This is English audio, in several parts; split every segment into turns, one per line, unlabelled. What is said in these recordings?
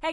Hey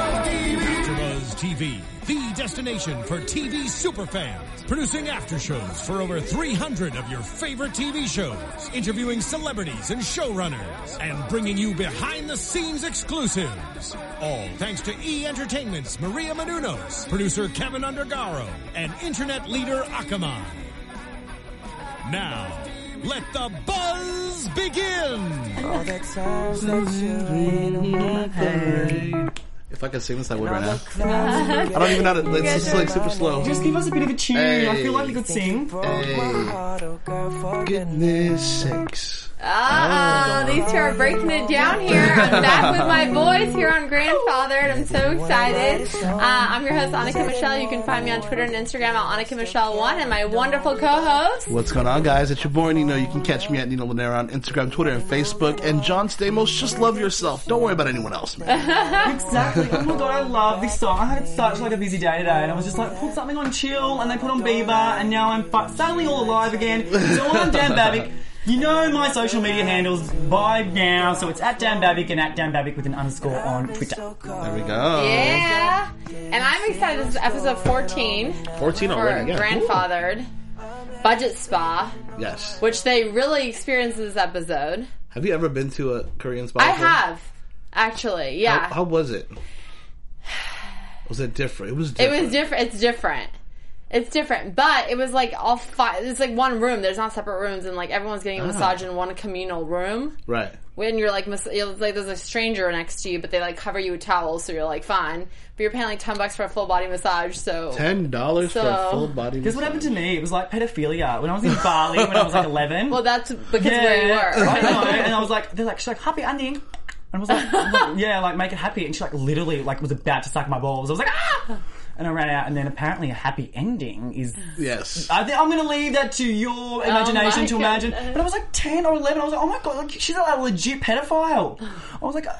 AfterBuzz TV, the destination for TV superfans, producing aftershows for over 300 of your favorite TV shows, interviewing celebrities and showrunners, and bringing you behind-the-scenes exclusives. All thanks to E Entertainment's Maria Menounos, producer Kevin Undergaro, and internet leader Akamai. Now, let the buzz begin.
All that times that you rain on
If I could sing this, I would right now.
my
I don't even know how to. It's just like super slow.
Just give us a bit of a tune. I
Hey.
feel like we could sing.
Goodness sakes.
Ah, these two are breaking it down here. I'm back with my boys here on Grandfather, and I'm so excited. Uh, I'm your host, Annika Michelle. You can find me on Twitter and Instagram at Annika Michelle1, and my wonderful co-host.
What's going on, guys? It's your boy Nino. You can catch me at Nino Lanera on Instagram, Twitter, and Facebook. And John Stamos, just love yourself. Don't worry about anyone else, man.
Exactly. Oh my god, I love this song. I had such like a busy day today, and I was just like, put something on chill, and they put on Bieber, and now I'm fu- suddenly all alive again. So I'm Dan Babic. You know my social media handles by now, so it's at Dan Babic and at Dan Babic with an underscore on Twitter.
There we go.
Yeah, and I'm excited. This is episode 14
14
for
already. Yeah.
Grandfathered Budget Spa,
Yes.
which they really experienced this episode.
Have you ever been to a Korean spa?
I
before?
have, actually, yeah.
How, how was it? Was it different? It was
It
different.
was different. It's different. It's different, but it was like all five. It's like one room. There's not separate rooms, and like everyone's
Ah.
getting a massage in one communal room.
Right.
When you're like, mas- you're, like there's a stranger next to you, but they like cover you with towels, so you're like fine. But you're paying like ten bucks for a full body massage. So
$10 for a
So-
full body
This is what happened to me. It was like pedophilia when I was in Bali when I was like 11.
well, that's because where you were.
I know. And I was like, they're like, she's like, happy ending. And I was like, like, yeah, like make it happy. And she like literally like was about to suck my balls. I was like, ah! And I ran out. And then apparently a happy ending is.
Yes.
I think I'm going to leave that to your imagination
Oh my
to imagine.
goodness.
But I was like 10 or 11. I was like, oh my god, like she's like a legit pedophile. I was like. uh,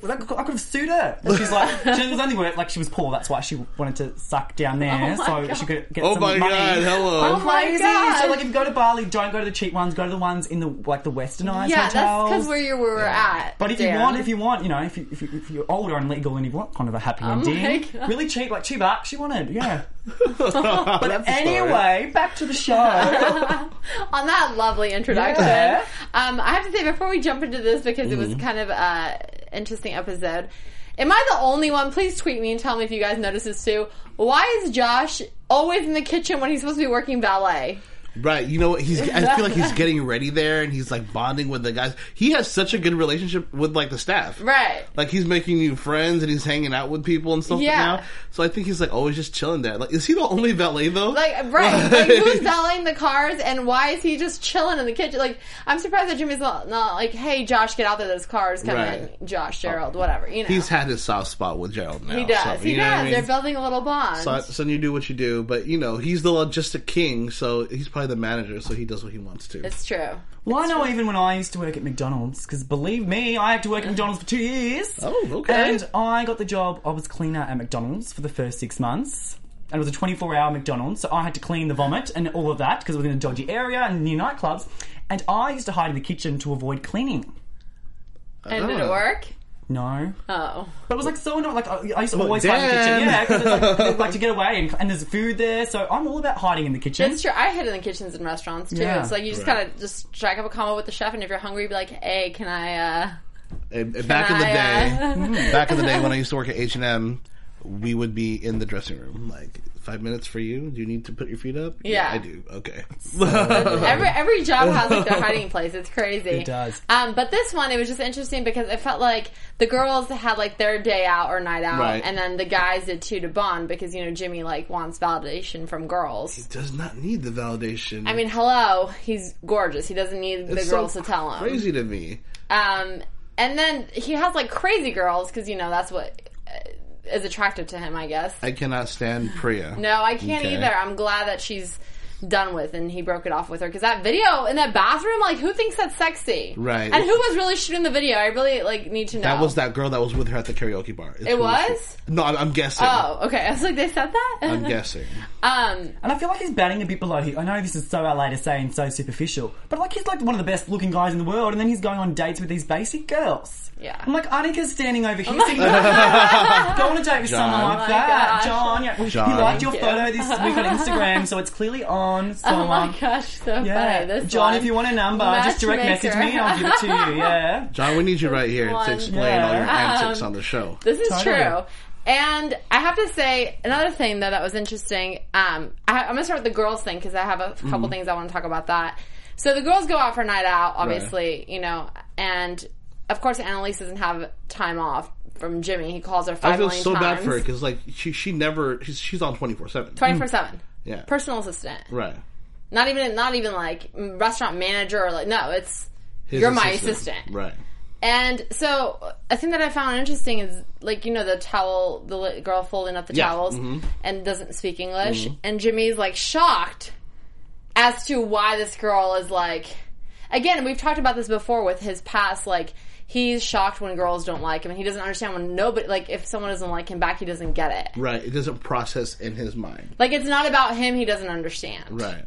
like, I could have sued her. And she's like, she was only worth, like she was poor. That's why she wanted to suck down there,
my
so
God.
she could get
Oh
some
my
money.
god, hello.
Oh my
Crazy.
God.
So like, if you go to Bali, don't go to the cheap ones. Go to the ones in the like the westernized
yeah, that's
hotels.
because where you were at.
but if
Dan.
you want, if you want, you know, if, you, if, you, if you're older and legal and you want kind of a happy ending,
Oh God.
really cheap, like two bucks, you wanted, yeah.
but
anyway, back to the show.
on that lovely introduction.
Yeah.
Um, I have to say before we jump into this because it was
Mm-hmm.
kind of uh, interesting episode. Am I the only one? Please tweet me and tell me if you guys notice this too. Why is Josh always in the kitchen when he's supposed to be working ballet?
Right, you know what? He's. I feel like he's getting ready there, and he's like bonding with the guys. He has such a good relationship with like the staff.
Right.
Like he's making new friends, and he's hanging out with people and stuff.
Yeah.
Now. So I think he's like always just chilling there. Like, is he the only valet though?
Like right, like who's valeting the cars and why is he just chilling in the kitchen? Like I'm surprised that Jimmy's not, not like, hey Josh, get out there, those cars coming.
Right. Oh.
in. Josh, Gerald, whatever. You know,
he's had his soft spot with Gerald now.
he does,
So,
he
you know what
does.
I mean?
They're building a little bond.
So, son, you do what you do, but you know he's the logistic king, so he's probably the manager, so he does what he wants to.
it's true.
well, I know even when I used to work at McDonald's, because believe me, I had to work at McDonald's for two years.
Oh, okay.
And I got the job. I was cleaner at McDonald's for the first six months. And it was a 24 hour McDonald's, so I had to clean the vomit and all of that because it was in a dodgy area and near nightclubs. And I used to hide in the kitchen to avoid cleaning.
And did it
Oh.
work?
No.
Oh.
But it was like so annoying. Like I I used to always hide in the
damn.
kitchen. Yeah, because like, like to get away and, and there's food there. So I'm all about hiding in the kitchen.
That's true. I hid in the kitchens and restaurants too.
Yeah.
It's like you just kind of just strike up a combo with the chef, and if you're hungry, be like, "Hey, can I?" uh
And- and back in the day, hmm,
can I, uh,
back in the day when I used to work at H and M, we would be in the dressing room like five minutes for you. Do you need to put your feet up?
Yeah.
I do. Okay.
Every every job has like their hiding place. It's crazy.
It does.
Um, but this one, it was just interesting because it felt like the girls had like their day out or night out,
Right.
and then the guys did too to bond because you know Jimmy like wants validation from girls.
Does not need the validation.
I mean, hello, he's gorgeous. He doesn't need the girls to tell him.
Crazy to me.
Um, and then he has like crazy girls because you know that's what uh, is attractive to him, I guess.
I cannot stand Priya.
No, I can't
Okay.
either. I'm glad that she's done with and he broke it off with her because that video in that bathroom, like, who thinks that's sexy?
Right.
And who was really shooting the video? I really like need to know.
That was that girl that was with her at the karaoke bar. It's
It
who
was?
No, I'm, I'm guessing.
Oh, okay. I was like, they said that.
I'm guessing.
um,
And I feel like he's batting a bit below here. I know this is so LA to say and so superficial, but like he's like one of the best looking guys in the world, and then he's going on dates with these basic girls.
Yeah. Oh
I'm like, Annika's standing over here. sitting- Go on a date with someone
John.
like
my
that,
gosh.
John. Yeah, we-
John.
He liked your
Thank you.
photo this week on Instagram, so it's clearly on. So
oh my
um,
gosh, so
yeah,
funny. This
John,
one.
if you want a number, just direct message
Matchmaker.
me and I'll give it to you. Yeah.
John, we need you right here
One. Um,
to explain all your antics on the show.
This is
Totally.
true. And I have to say another thing though that was interesting. Um, I, I'm gonna start with the girls thing because I have a couple
Mm-hmm.
things I want to talk about that. So the girls go out for a night out, obviously, you know, and of course Annalise doesn't have time off from Jimmy. He calls her
I
five
feel
million
so
times.
bad for her because like she she never she's, she's on twenty four seven.
Twenty four seven.
Yeah.
Personal assistant.
Right.
Not even not even like mm, restaurant manager or like no, it's
His
You're my assistant.
Right.
And so a thing that I found interesting is like you know the towel, the li- girl folding up the
Yeah, Mm-hmm.
towels and doesn't speak English, and Jimmy's like shocked as to why this girl is like. Again, we've talked about this before with his past. Like he's shocked when girls don't like him, and he doesn't understand when nobody like if someone doesn't like him back, he doesn't get it.
Right. It doesn't process in his mind.
Like it's not about him; he doesn't understand.
Right.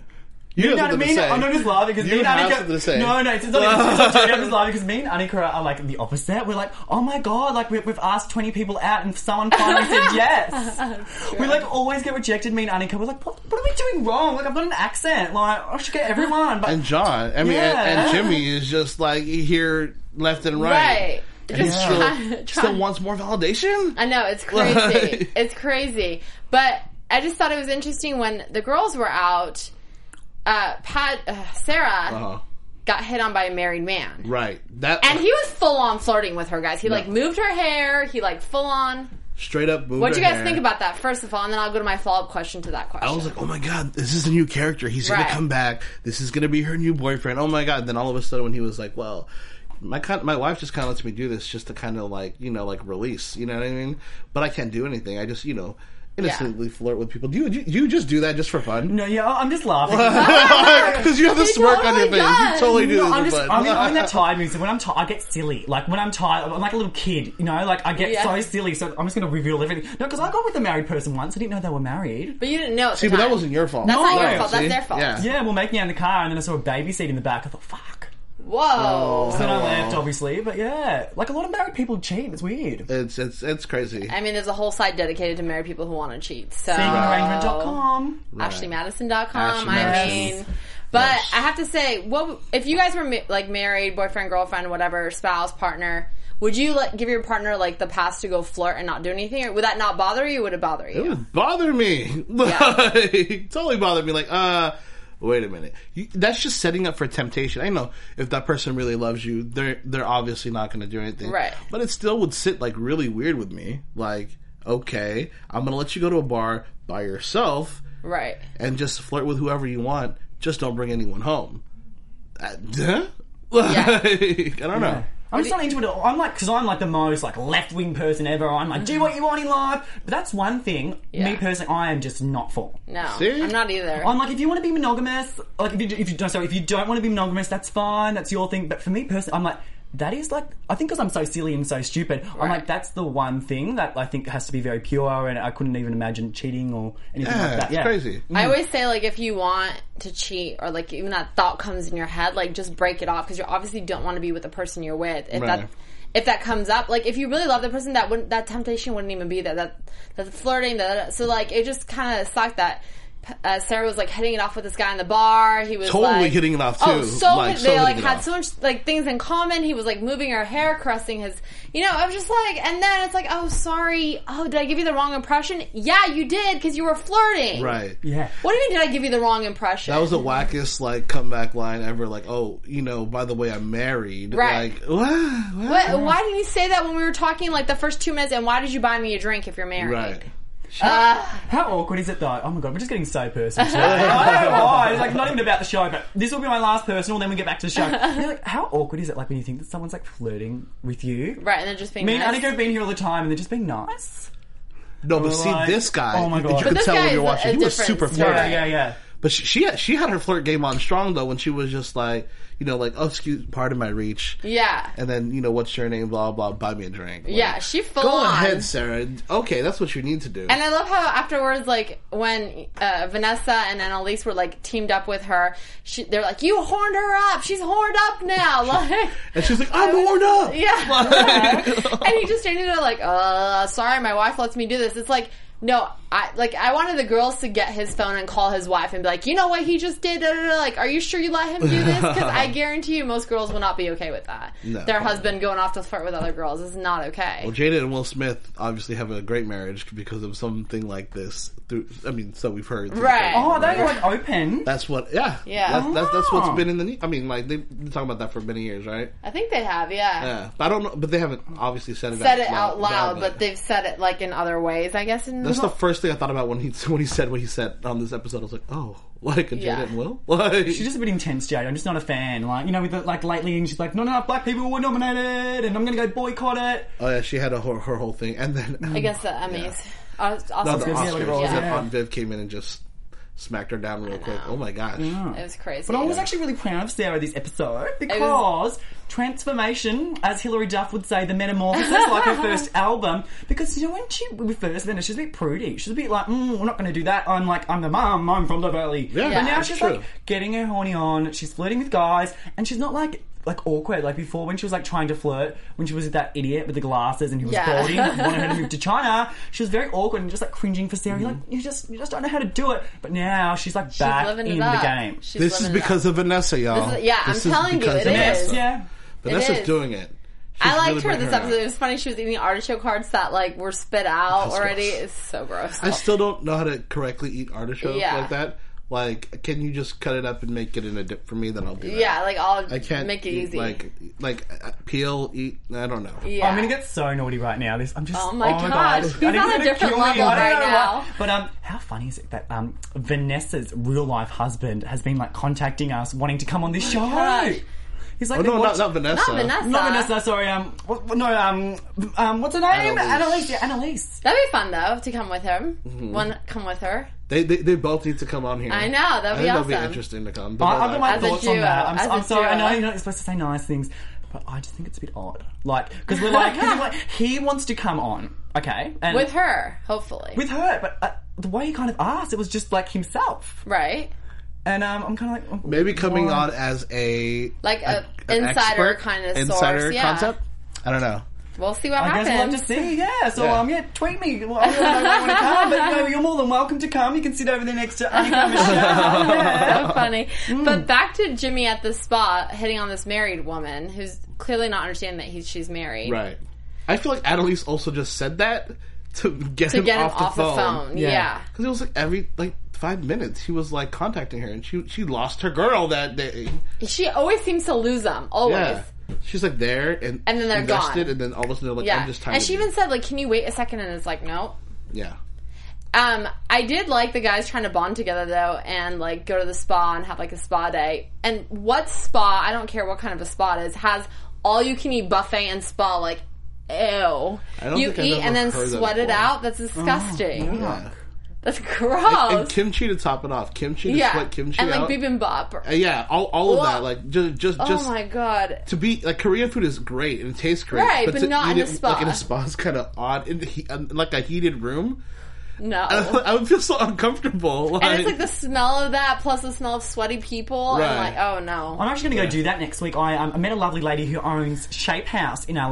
You,
You know what I mean? I'm not just laughing because
You
me and
have
Annika.
something to say.
No, no, it's not even it's not true. I'm just laughing because me and Annika are like the opposite. We're like, oh my god, like we, we've asked 20 people out and someone finally said yes. we like always get rejected. Me and Annika, we're like, what, what are we doing wrong? Like I've got an accent. Like I should get everyone. But
And John, I mean, and, and
Yeah.
Jimmy is just like here left and right.
Right.
And
Just
he
try-
still,
try-
still wants more validation.
I know it's crazy.
Like-
it's crazy. But I just thought it was interesting when the girls were out. Uh, Pat, uh, Sarah
Uh,
got hit on by a married man,
right. That
and he was full on flirting with her guys. He like moved her hair. He like full on.
straight up. moved
What do you
her
guys
hair.
think about that? First of all, and then I'll go to my follow up question to that question.
I was like, oh my god, this is a new character. He's
Right.
gonna come back. This is gonna be her new boyfriend. Oh my god. Then all of a sudden, when he was like, well. My kind, my wife just kind of lets me do this just to kind of like you know like release you know what I mean, but I can't do anything. I just you know innocently flirt with people. Do you, do you do you just do that just for fun?
no, yeah, I'm just laughing.
because you have the
He
smirk on your
totally
face. You
does.
totally do
No,
this
I'm
for
just,
fun.
I'm, in, I'm in that tired mood. So when I'm tired, I get silly. Like when I'm tired, I'm like a little kid, you know. Like I get
Yeah.
so silly. So I'm just going to reveal everything. No, because I got with a married person once. I didn't know they were married.
but you didn't know. At
See,
the
but that
time.
wasn't your fault.
That's
No
not
way.
your fault.
See?
That's their fault.
Yeah.
Yeah, we're making out in the car, and then I saw a baby seat in the back. I thought, fuck.
Whoa.
Then I
Hello.
left, obviously. But yeah, like a lot of married people cheat. It's weird.
It's it's it's crazy.
I mean, there's a whole site dedicated to married people who want to cheat. So
Datingarrangement.com.
AshleyMadison.com.
Ashley
I
Madison.
mean, but I have to say, what if you guys were ma- like married, boyfriend, girlfriend, whatever, spouse, partner? Would you like, give your partner like the pass to go flirt and not do anything, or would that not bother you? Would it bother
It
you?
would bother me. Like, totally bothered me. Like, uh, wait a minute. You, that's just setting up for temptation. I know if that person really loves you, they're they're obviously not going to do anything.
Right.
But it still would sit like really weird with me. Like, okay, I'm going to let you go to a bar by yourself
Right.
and just flirt with whoever you want. Just don't bring anyone home. Uh, huh? Like, I don't know.
I'm just not into it. at all. I'm like, because I'm like the most like left wing person ever. I'm like, do what you want in life. But that's one thing.
Yeah.
Me personally, I am just not for.
No,
See?
I'm not either.
I'm like, if you want to be monogamous, like if you if you don't sorry, if you don't want to be monogamous, that's fine, that's your thing. But for me personally, I'm like, that is like, I think because I'm so silly and so stupid, I'm like, that's the one thing that I think has to be very pure, and I couldn't even imagine cheating or anything
Yeah,
like that.
it's
Yeah,
crazy.
I always say like if you want to cheat or like even that thought comes in your head, like just break it off because you obviously don't want to be with the person you're with. If
Right.
that if that comes up, like if you really love the person, that wouldn't that temptation wouldn't even be there. That that flirting, that so like it just kind of sucked that. Uh, Sarah was like hitting it off with this guy in the bar. He was
Totally
like-
hitting it off,
Oh,
too.
so
Like,
hit-
so
they like
hitting it
had
off.
so much like things in common. He was like moving her hair, caressing his. You know, I'm just like, and then it's like, oh, sorry. Oh, did I give you the wrong impression? Yeah, you did because you were flirting.
Right.
Yeah.
What do you mean? Did I give you the wrong impression?
That was the wackest like comeback line ever. Like, oh, you know, by the way, I'm married.
Right.
Like, what? What?
What, why didn't you say that when we were talking like the first two minutes? And why did you buy me a drink if you're married?
Right.
How awkward is it though? Oh my god, we're just getting so personal. today. I don't know why. It's like not even about the show, but this will be my last personal. Then we get back to the show. You know, like, how awkward is it? Like when you think that someone's like flirting with you.
Right, and they're just being
Me and
nice.
Annika have been here all the time, and they're just being nice.
No, but
We're
see,
like,
this guy,
oh my God.
you
But
could
this
tell
guy
when
is
you're
a-
watching, he
a
was
different
super
story.
flirty.
Yeah, yeah, yeah.
But she, she, she had her flirt game on strong, though, when she was just like, you know, like, oh, excuse, pardon my reach.
yeah.
And then, you know, what's your name, blah, blah, buy me a drink. Like,
Yeah, she full
Go
on.
ahead, Sarah. Okay, that's what you need to do.
And I love how afterwards, like when uh, Vanessa and Annalise were like teamed up with her, she, they're like, "You horned her up. She's horned up now." Like,
And she's like, I'm worn up!
yeah. and he just standing there like, "Uh, sorry, my wife lets me do this." It's like, no, I like I wanted the girls to get his phone and call his wife and be like, "You know what he just did?" Da, da, da. Like, are you sure you let him do this? Because I guarantee you, most girls will not be okay with that.
No.
Their husband going off to flirt with other girls is not okay.
Well, Jada and Will Smith obviously have a great marriage because of something like this. Through, I mean, so we've heard. through
Right.
the
Oh,
grapevine,
they were
right?
like open.
That's what, yeah,
Yeah.
That's, that's, that's
Oh.
what's been in the. ne- I mean, like they've been talking about that for many years, right?
I think they have,
Yeah, but I don't know. But they haven't obviously said it out
said it out loud,
loudly.
but they've said it like in other ways, I guess. In
that's the first thing I thought about when he when he said what he said on this episode. I was like, oh, like a Jada
Yeah.
and Will. Like,
She's just a bit intense, Jade. I'm just not a fan. Like you know, with the, like lately, and she's like, not enough black people were nominated, and I'm going to go boycott it.
oh yeah, she had a, her, her whole thing, and then
I guess the Emmys. Uh,
no,
Oscars,
the
yeah,
Oscars.
whatever it was,
and
yeah.
Aunt Viv came in and just smacked her down real quick. Oh my gosh.
It was crazy.
But I was actually really proud of Sarah this episode because transformation, as Hilary Duff would say, the metamorphosis, like her first album. Because you know when she we first met her, she's a bit prudy. She's a bit like, mm, we're not going to do that. I'm like, I'm the mum. I'm from the valley.
Yeah,
but now
that's
she's
true.
like getting her horny on. She's flirting with guys, and she's not like. Like awkward, like before when she was like trying to flirt, when she was with that idiot with the glasses and he was
Yeah.
balding, and wanted her to move to China. She was very awkward and just like cringing for Sarah. You're like, you just you just don't know how to do it. But now she's like
She's
back
living
in
it
the
up.
game.
She's
This is
living it
because
up.
of Vanessa, y'all.
This is- yeah, I'm telling you,
because
it
of
is.
Vanessa.
Yeah.
Vanessa's
is.
doing it.
I
She's
liked
really
her this
bringing
episode. It
out.
was funny. She was eating artichoke hearts that like were spit out
That's
already.
gross.
It's so gross.
I still don't know how to correctly eat artichoke
Yeah.
like that. Like, can you just cut it up and make it in a dip for me? Then I'll do that.
yeah, like I'll
I can't
make it
eat,
easy.
Like, like uh, peel, eat. I don't know.
yeah.
Oh, I'm gonna get so naughty right now. This I'm just.
Oh my
God.
gosh, he's
I think
on
it's
a
gonna
different
kill me.
level
I don't
right
know
now.
why. But um, how funny is it that um Vanessa's real life husband has been like contacting us, wanting to come on this show?
Oh gosh.
He's like,
Oh no, not,
what-
not Vanessa.
Not Vanessa.
Not Vanessa. Sorry. Um. what- what- No. Um. Um. What's her name?
Annalise.
Annalise. Yeah, Annalise.
That'd be fun though to come with him.
Mm-hmm.
One come with her.
They, they they both need to come on here.
I know, that'd
I
be
think that'll
awesome.
be interesting to come.
I, I've got my
As a
thoughts on
duo,
that. I'm,
as a
I'm sorry. I know
duo.
you're not supposed to say nice things, but I just think it's a bit odd. Like, because we're like, 'cause we're like, he wants to come on, okay, and
With her, hopefully.
with her, but uh, the way he kind of asked, it was just like himself.
right?
And um, I'm kind of like
Maybe coming
why?
on as a
Like a
an
insider
expert,
kind of
insider
source, yeah.
concept. I don't know.
We'll see what
I
happens.
guess we'll have to see. Yeah. So
Yeah.
um, yeah, tweet me. Well, I don't know if I want to come, but you know, you're more than welcome to come. You can sit over there next to Annika Michelle. Yeah.
so funny.
Hmm.
But back to Jimmy at the spa hitting on this married woman who's clearly not understanding that he's she's married.
Right. I feel like Annalise also just said that to get
To
him
get him
off, the, phone.
Yeah.
Because it was like every like five minutes he was like contacting her, and she she lost her girl that day.
She always seems to lose them. Always.
Yeah, she's like there and
And then they're
invested,
gone.
and then all of a sudden they're like,
Yeah.
I'm just tired.
And she
of
even
you.
said, like, can you wait a second? And it's like, no.
yeah,
Um, I did like the guys trying to bond together though, and like go to the spa and have like a spa day. And what spa? I don't care what kind of a spa it is. Has all you can eat buffet and spa like. Ew.
don't
You
think I've
eat and then
ever heard that
sweat it
before. Oh,
out? That's disgusting.
yeah.
That's gross.
And kimchi to top it off, kimchi to
Oh. yeah.
sweat kimchi
and
out.
like bibimbap.
Uh, yeah, all, all of
Ugh.
that, like just just
oh
just
my god.
to be like Korean food is great and it tastes great,
Right, but
to
not
eat
in a
it,
spa.
Like in a spa is kind of odd in, the, heat- in like a heated room.
No.
I would feel so uncomfortable. Like,
Oh. and it's like the smell of that plus the smell of sweaty people. And I'm
Right.
like, oh no.
I'm actually going to go do that next week. I, um, I met a lovely lady who owns Shape House in LA,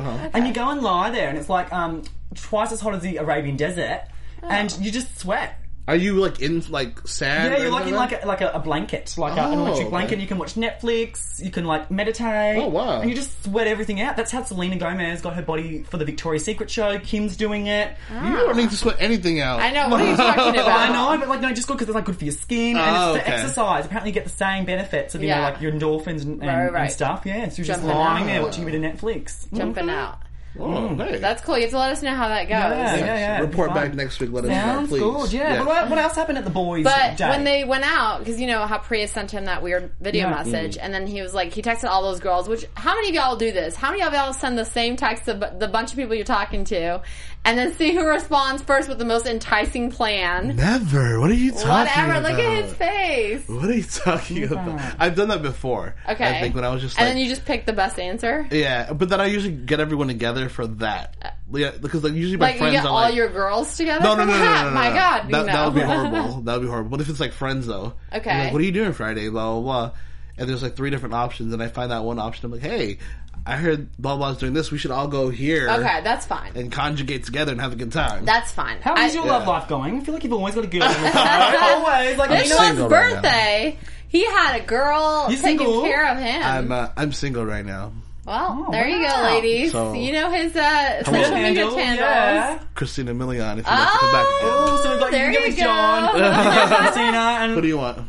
Uh-huh.
and you go and lie there, and it's like um, twice as hot as the Arabian Desert,
Ah.
and you just sweat.
Are you like in like sand?
Yeah,
or
you're like in
something?
like a, like a, a blanket, like a, an
Oh,
electric
okay.
blanket. and You can watch Netflix. You can like meditate.
Oh, wow.
And you just sweat everything out. That's how Selena Gomez got her body for the Victoria's Secret show. Kim's doing it.
Ah.
You don't need to sweat anything out.
I know. What are you talking about?
I know, but like no, just good because it's like good for your skin
Oh,
and it's for
okay.
exercise. Apparently, you get the same benefits of you
Yeah.
know like your endorphins and, and,
Right, right.
and stuff. Yeah, so you're just
Jumping
lying
out.
there watching a bit of Netflix.
Jumping out.
Oh, hey.
That's cool. You have to let us know how that goes.
Yeah, yeah, yeah.
Report
Fine.
back next week. Let us know,
Sounds
please.
good. Yeah. But what, what else happened at the boys'
But
day?
when they went out, because you know how Priya sent him that weird video
Yeah.
Mm-hmm.
message, and then he was like, he texted all those girls. Which how many of y'all do this? How many of y'all send the same text to bu- the bunch of people you're talking to, and then see who responds first with the most enticing plan?
Never. What are you talking
Whatever.
about?
Look at his face.
What are you talking about? I've done that before.
Okay.
I think when I was just like,
and then you just pick the best answer.
yeah, but then I usually get everyone together for that. Yeah, because like usually my
Uh, Like you
friends
get
are
all
like,
your girls together
no,
for
no, no, no,
that.
no, no, no,
My
no.
God,
that,
no.
that would be horrible. That would be horrible. But if it's like friends though,
Okay.
I'm like, what are you doing Friday? Blah blah. blah. And there's like three different options, and I find that one option. I'm like, hey, I heard blah blah's doing this. We should all go here.
okay, that's fine.
And conjugate together and have a good time.
that's fine.
How is
I-
your love life going? I feel like you've always got a girl. in the car. always. Like,
This
you know,
one's
single right now.
birthday. he had a girl
You
taking
single?
care of him.
I'm uh, I'm single right now.
Well,
Oh,
there you go,
wow.
ladies.
So-
you know his uh,
on.
social media
handle,
handles.
yeah.
Christina Milian, if you want to come back. again.
Oh,
Oh, so we got
there
you,
you
with
go.
John, Christina, and
Who do you want?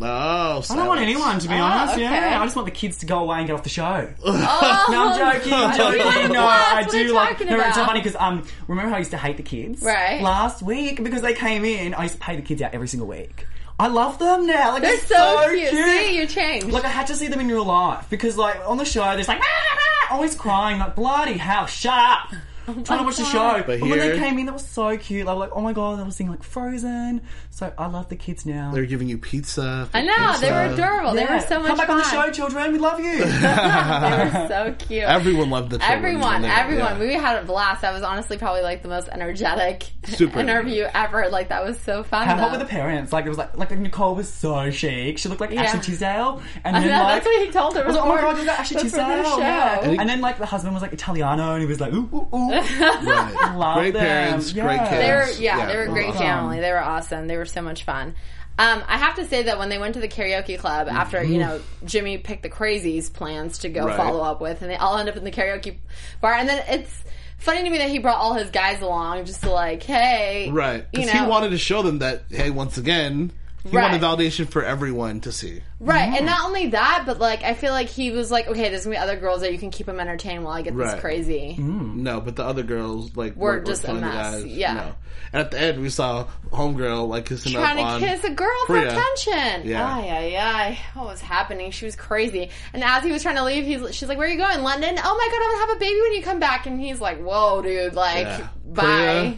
Oh,
I don't want anyone to be honest.
okay.
Yeah, I just want the kids to go away and get off the show.
Oh,
No, I'm joking. I'm
What do you want
joking.
to
No,
blast?
I
What are
do
you
like.
talking
No, it's so
about?
funny because um, remember how I used to hate the kids
Right.
last week because they came in. I used to pay the kids out every single week. I love them now. Like
They're
it's
so, cute. See, you changed.
Like I had to see them in real life because like on the show they're just like "Ah, ah," always crying like bloody hell, shut up.
Oh
trying to watch the show.
But
But, when
here-
they came in, that was so cute. They were like, oh my god, they were singing like Frozen. So I love the kids now.
They're giving you pizza.
I know they were
pizza.
adorable. They
Yeah.
were so much
Come back
fun.
on the show, children. We love you.
they were so cute.
Everyone loved the children.
Everyone,
They-
everyone.
yeah.
We had a blast. That was honestly probably like the most energetic
Super
interview ever. Like that was so fun.
How hot
though.
were the parents? Like it was like like Nicole was so chic. She looked like
Yeah.
Ashley Tisdale, and
I
then
know,
like
that's what he told her.
I was like, oh my
before-
god, you got Ashley
before the
Tisdale.
show.
Oh, Yeah.
And he-
And then like the husband was like Italiano, and he was like ooh ooh ooh.
Right.
Love
great
them.
parents,
Yeah.
great kids.
They were,
Yes.
yeah, they were a great
Awesome.
family. They were awesome. They were so much fun. Um, I have to say that when they went to the karaoke club after, you know, Jimmy picked the crazies plans to go
Right.
follow up with, and they all end up in the karaoke bar. And then it's funny to me that he brought all his guys along just to like, hey,
Right,
You
because
know,
he wanted to show them that hey, once again, he
Right.
wanted validation for everyone to see.
right? And not only that, but like I feel like he was like, okay, there's gonna be other girls that you can keep him entertained while I get
Right.
this crazy.
No, but the other girls like
Were just a
telling the
mess,
guys,
yeah.
no. And at the end, we saw homegirl like kissing
trying
up on
to kiss a girl
Priya.
for attention.
Yeah.
Ay, ay, ay. What was happening? She was crazy. And as he was trying to leave, he's, she's like, Where are you going? London? Oh my god, I'm gonna have a baby when you come back. And he's like, Whoa, dude, like,
Yeah.
bye.
Priya,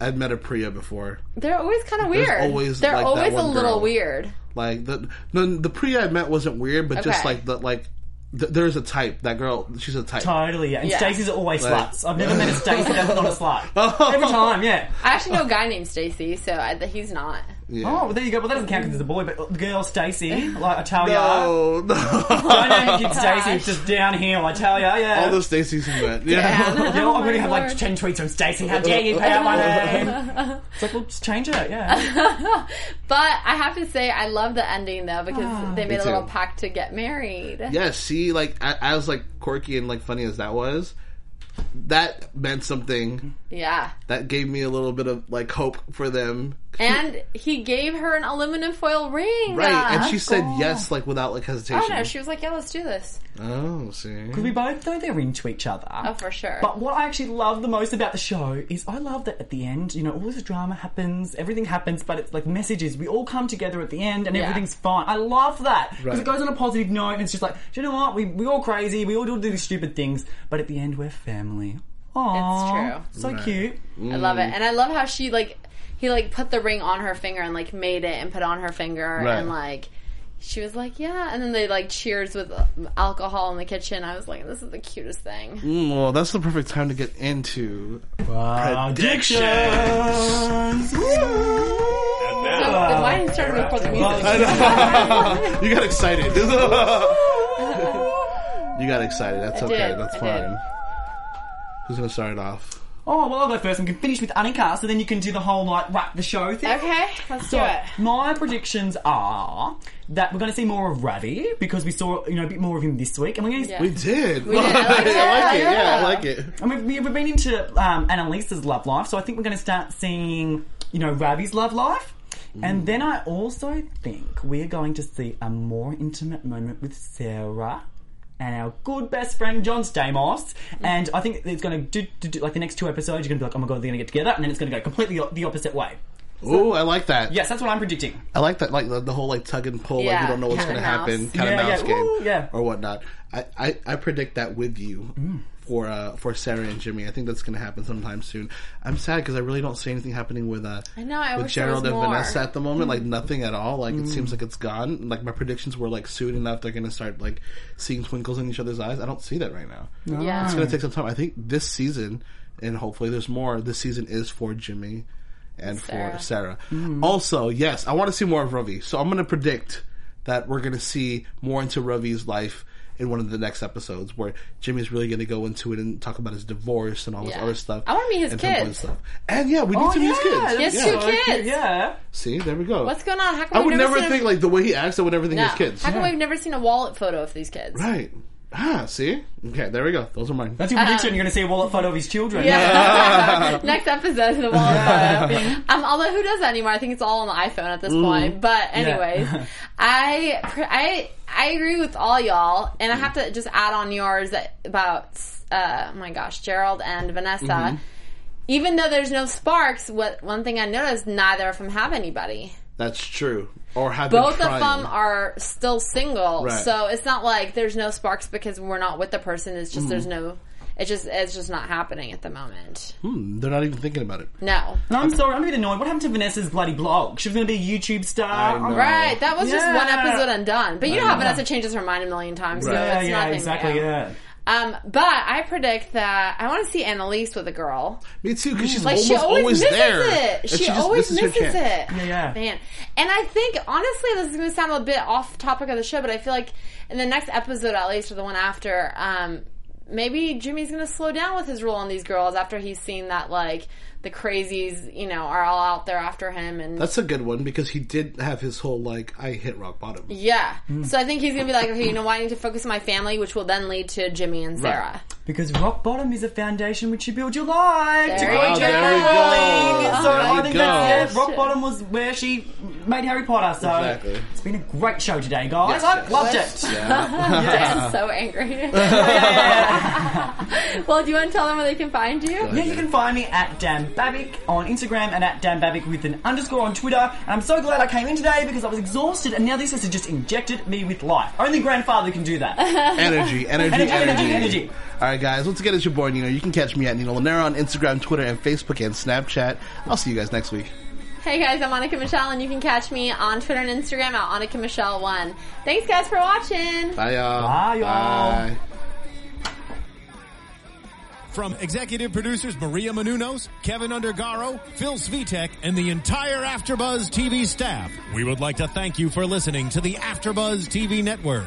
I'd met a Priya before.
They're always kind of weird.
always,
They're
like, that
always a
one
little
girl.
weird.
Like the no, the Priya I met wasn't weird, but just
Okay.
like the like th- there's a type. That girl, she's a type.
Totally, yeah. And
Yeah.
Stacey's always
Like-
sluts. I've never met a Stacey that's not a
Oh.
slut. Every time, yeah.
I actually know a guy named Stacy, so I, that he's not.
Yeah.
Oh, well, there you go. Well, that doesn't count because it's a boy, but the girl Stacey, like I tell ya.
no,
I
no.
know you kid Stacey, it's just downhill. I tell ya, yeah.
All the Stacey's he met. Yeah.
You know, I'm
my
going to have like
Lord.
10 tweets from Stacey. How dare you pay out my name? It's like, well, just change it, yeah.
But I have to say, I love the ending though because they made a
Ah. too.
little pact to get married.
yeah, see, like a- as like quirky and like funny as that was, that meant something.
yeah.
That gave me a little bit of like hope for them.
And he gave her an aluminum foil ring.
Right, and
Uh,
she said yes, like without like hesitation.
I don't know. Oh, She was like, "Yeah, let's do this."
Oh, see,
We both know they're into each other.
Oh, for sure.
But what I actually love the most about the show is I love that at the end, you know, all this drama happens, everything happens, but it's like messages. We all come together at the end and
Yeah.
everything's fine. I love that. Because
Right.
it goes on a positive note and it's just like, do you know what? We, we all crazy, we all do these stupid things, but at the end, we're family. Aww.
It's
true. So cute.
I love
Mm.
it, and I love how she like he like put the ring on her finger and like made it and put it on her finger
Right.
and like she was like, "Yeah," and then they like cheers with um, alcohol in the kitchen. I was like, "This is the cutest thing."
Mm, well, that's the perfect time to get into
Addiction.
So the wine started before the music.
you got excited. you got excited. That's
I
okay.
did,
That's
I
fine.
did.
Who's gonna start it off?
Oh, well, I'll go first and we can finish with Annika, so then you can do the whole, like, wrap the show thing.
Okay, let's do
So,
it.
my predictions are that we're going to see more of Ravi because we saw you know a bit more of him this week, and we're going to.
Yeah.
We did.
did. I like
like
that.
it. Yeah, I
Yeah.
like it.
And we've, we've been into um, Annalisa's love life, so I think we're going to start seeing you know Ravi's love life, and then I also think we're going to see a more intimate moment with Sarah and our good best friend John Stamos. And I think it's going to do, do, do like the next two episodes. You're going to be like, oh my god, they're going to get together, and then it's going to go completely o- the opposite way.
Ooh, I like that.
Yes, that's what I'm predicting.
I like that, like the, the whole like tug and pull, like
Yeah,
you don't know what's
cat
going to
and
happen,
mouse.
kind
Yeah,
of
yeah,
mouse game,
ooh, yeah.
or whatnot. I, I, I predict that with you for uh, for Sarah and Jimmy. I think that's going to happen sometime soon. I'm sad because I really don't see anything happening with uh
I know, I
with
wish there
Gerald
was
and
more.
Vanessa at the moment.
Hmm.
Like nothing at all. Like it seems like it's gone. Like my predictions were like soon enough they're going to start like seeing twinkles in each other's eyes. I don't see that right now.
Yeah.
It's going to take some time. I think this season, and hopefully there's more. This season is for Jimmy and for
Sarah.
Sarah.
Mm-hmm.
Also, yes, I want to see more of Ravi. So I'm going to predict that we're going to see more into Ravi's life in one of the next episodes, where Jimmy's really going to go into it and talk about his divorce and all this
Yeah.
other stuff.
I wanna meet his
and pinpoint
kids. Oh,
stuff. And yeah, we need to meet his kids.
Yes,
yeah.
two kids.
Yeah.
See, there we go.
What's going on? How come
I would
we've
never
seen
think
a,
like the way he acts. I would never think
no.
his kids.
How come we've never seen a wallet photo of these kids?
Right? Ah, see. Okay, there we go. Those are mine.
That's your prediction. You're going to see a wallet photo of his children.
Yeah. Next episode, the wallet photo. Um, although who does that anymore? I think it's all on the iPhone at this
Mm.
point. But anyways, I I I agree with all y'all,
Mm.
and I have to just add on yours that- about uh, oh my gosh, Gerald and Vanessa.
Mm-hmm.
Even though there's no sparks, what one thing I noticed, neither of them have anybody.
That's true. Or have been
Both of
trying.
them are still single,
Right.
so it's not like there's no sparks because we're not with the person. It's
Mm.
just there's no. It's just it's just not happening at the moment.
Hmm, they're not even thinking about it.
No.
And I'm sorry, I'm a bit annoyed. What happened to Vanessa's bloody blog? She was going to be a YouTube star.
I know.
Right, that was just
Yeah.
one episode and done. But you know how Vanessa changes her mind a million times, so
Yeah,
it's
yeah,
nothing
exactly.
new.
Yeah.
Um, but I predict that I want to see Annalise with a girl.
Me too, because she's
Like
almost
she always, misses
there.
it.
And
She,
just
always
her
misses it.
chance.
Yeah, yeah.
Man, and I think honestly, this is going to sound a bit off topic of the show, but I feel like in the next episode, at least or the one after, um, maybe Jimmy's going to slow down with his rule on these girls after he's seen that like the crazies, you know, are all out there after him and
That's a good one because he did have his whole like I hit rock bottom.
Yeah.
Hmm.
So I think he's gonna be like, okay, you know, what? I need to focus on my family, which will then lead to Jimmy and Sarah.
Because rock bottom is a foundation which you build your life.
There
to
you
go.
go. There we go.
Rolling. So
There
I
we
think
Ah, go.
that's it. Rock
Shit.
bottom was where she made Harry Potter. So
Exactly.
it's been a great show today, guys.
Yes,
I
yes.
loved it.
I'm so angry. well, do you want to tell them where they can find you?
Yeah, you can find me at Dan Babic on Instagram and at Dan Babic with an underscore on Twitter. And I'm so glad I came in today because I was exhausted and now this has just injected me with life. Only grandfather can do that.
Energy, energy, energy,
Energy, energy, energy.
All right, guys. Once again, it's your boy Nino. You can catch me at Nino Lanera on Instagram, Twitter, and Facebook, and Snapchat. I'll see you guys next week.
Hey guys, I'm Monica Michelle, and you can catch me on Twitter and Instagram at Monica Michelle One. Thanks guys for watching.
Bye, y'all.
Bye, y'all.
Bye.
From executive producers Maria Manunos, Kevin Undergaro, Phil Svitek, and the entire Afterbuzz TV staff, we would like to thank you for listening to the Afterbuzz TV network.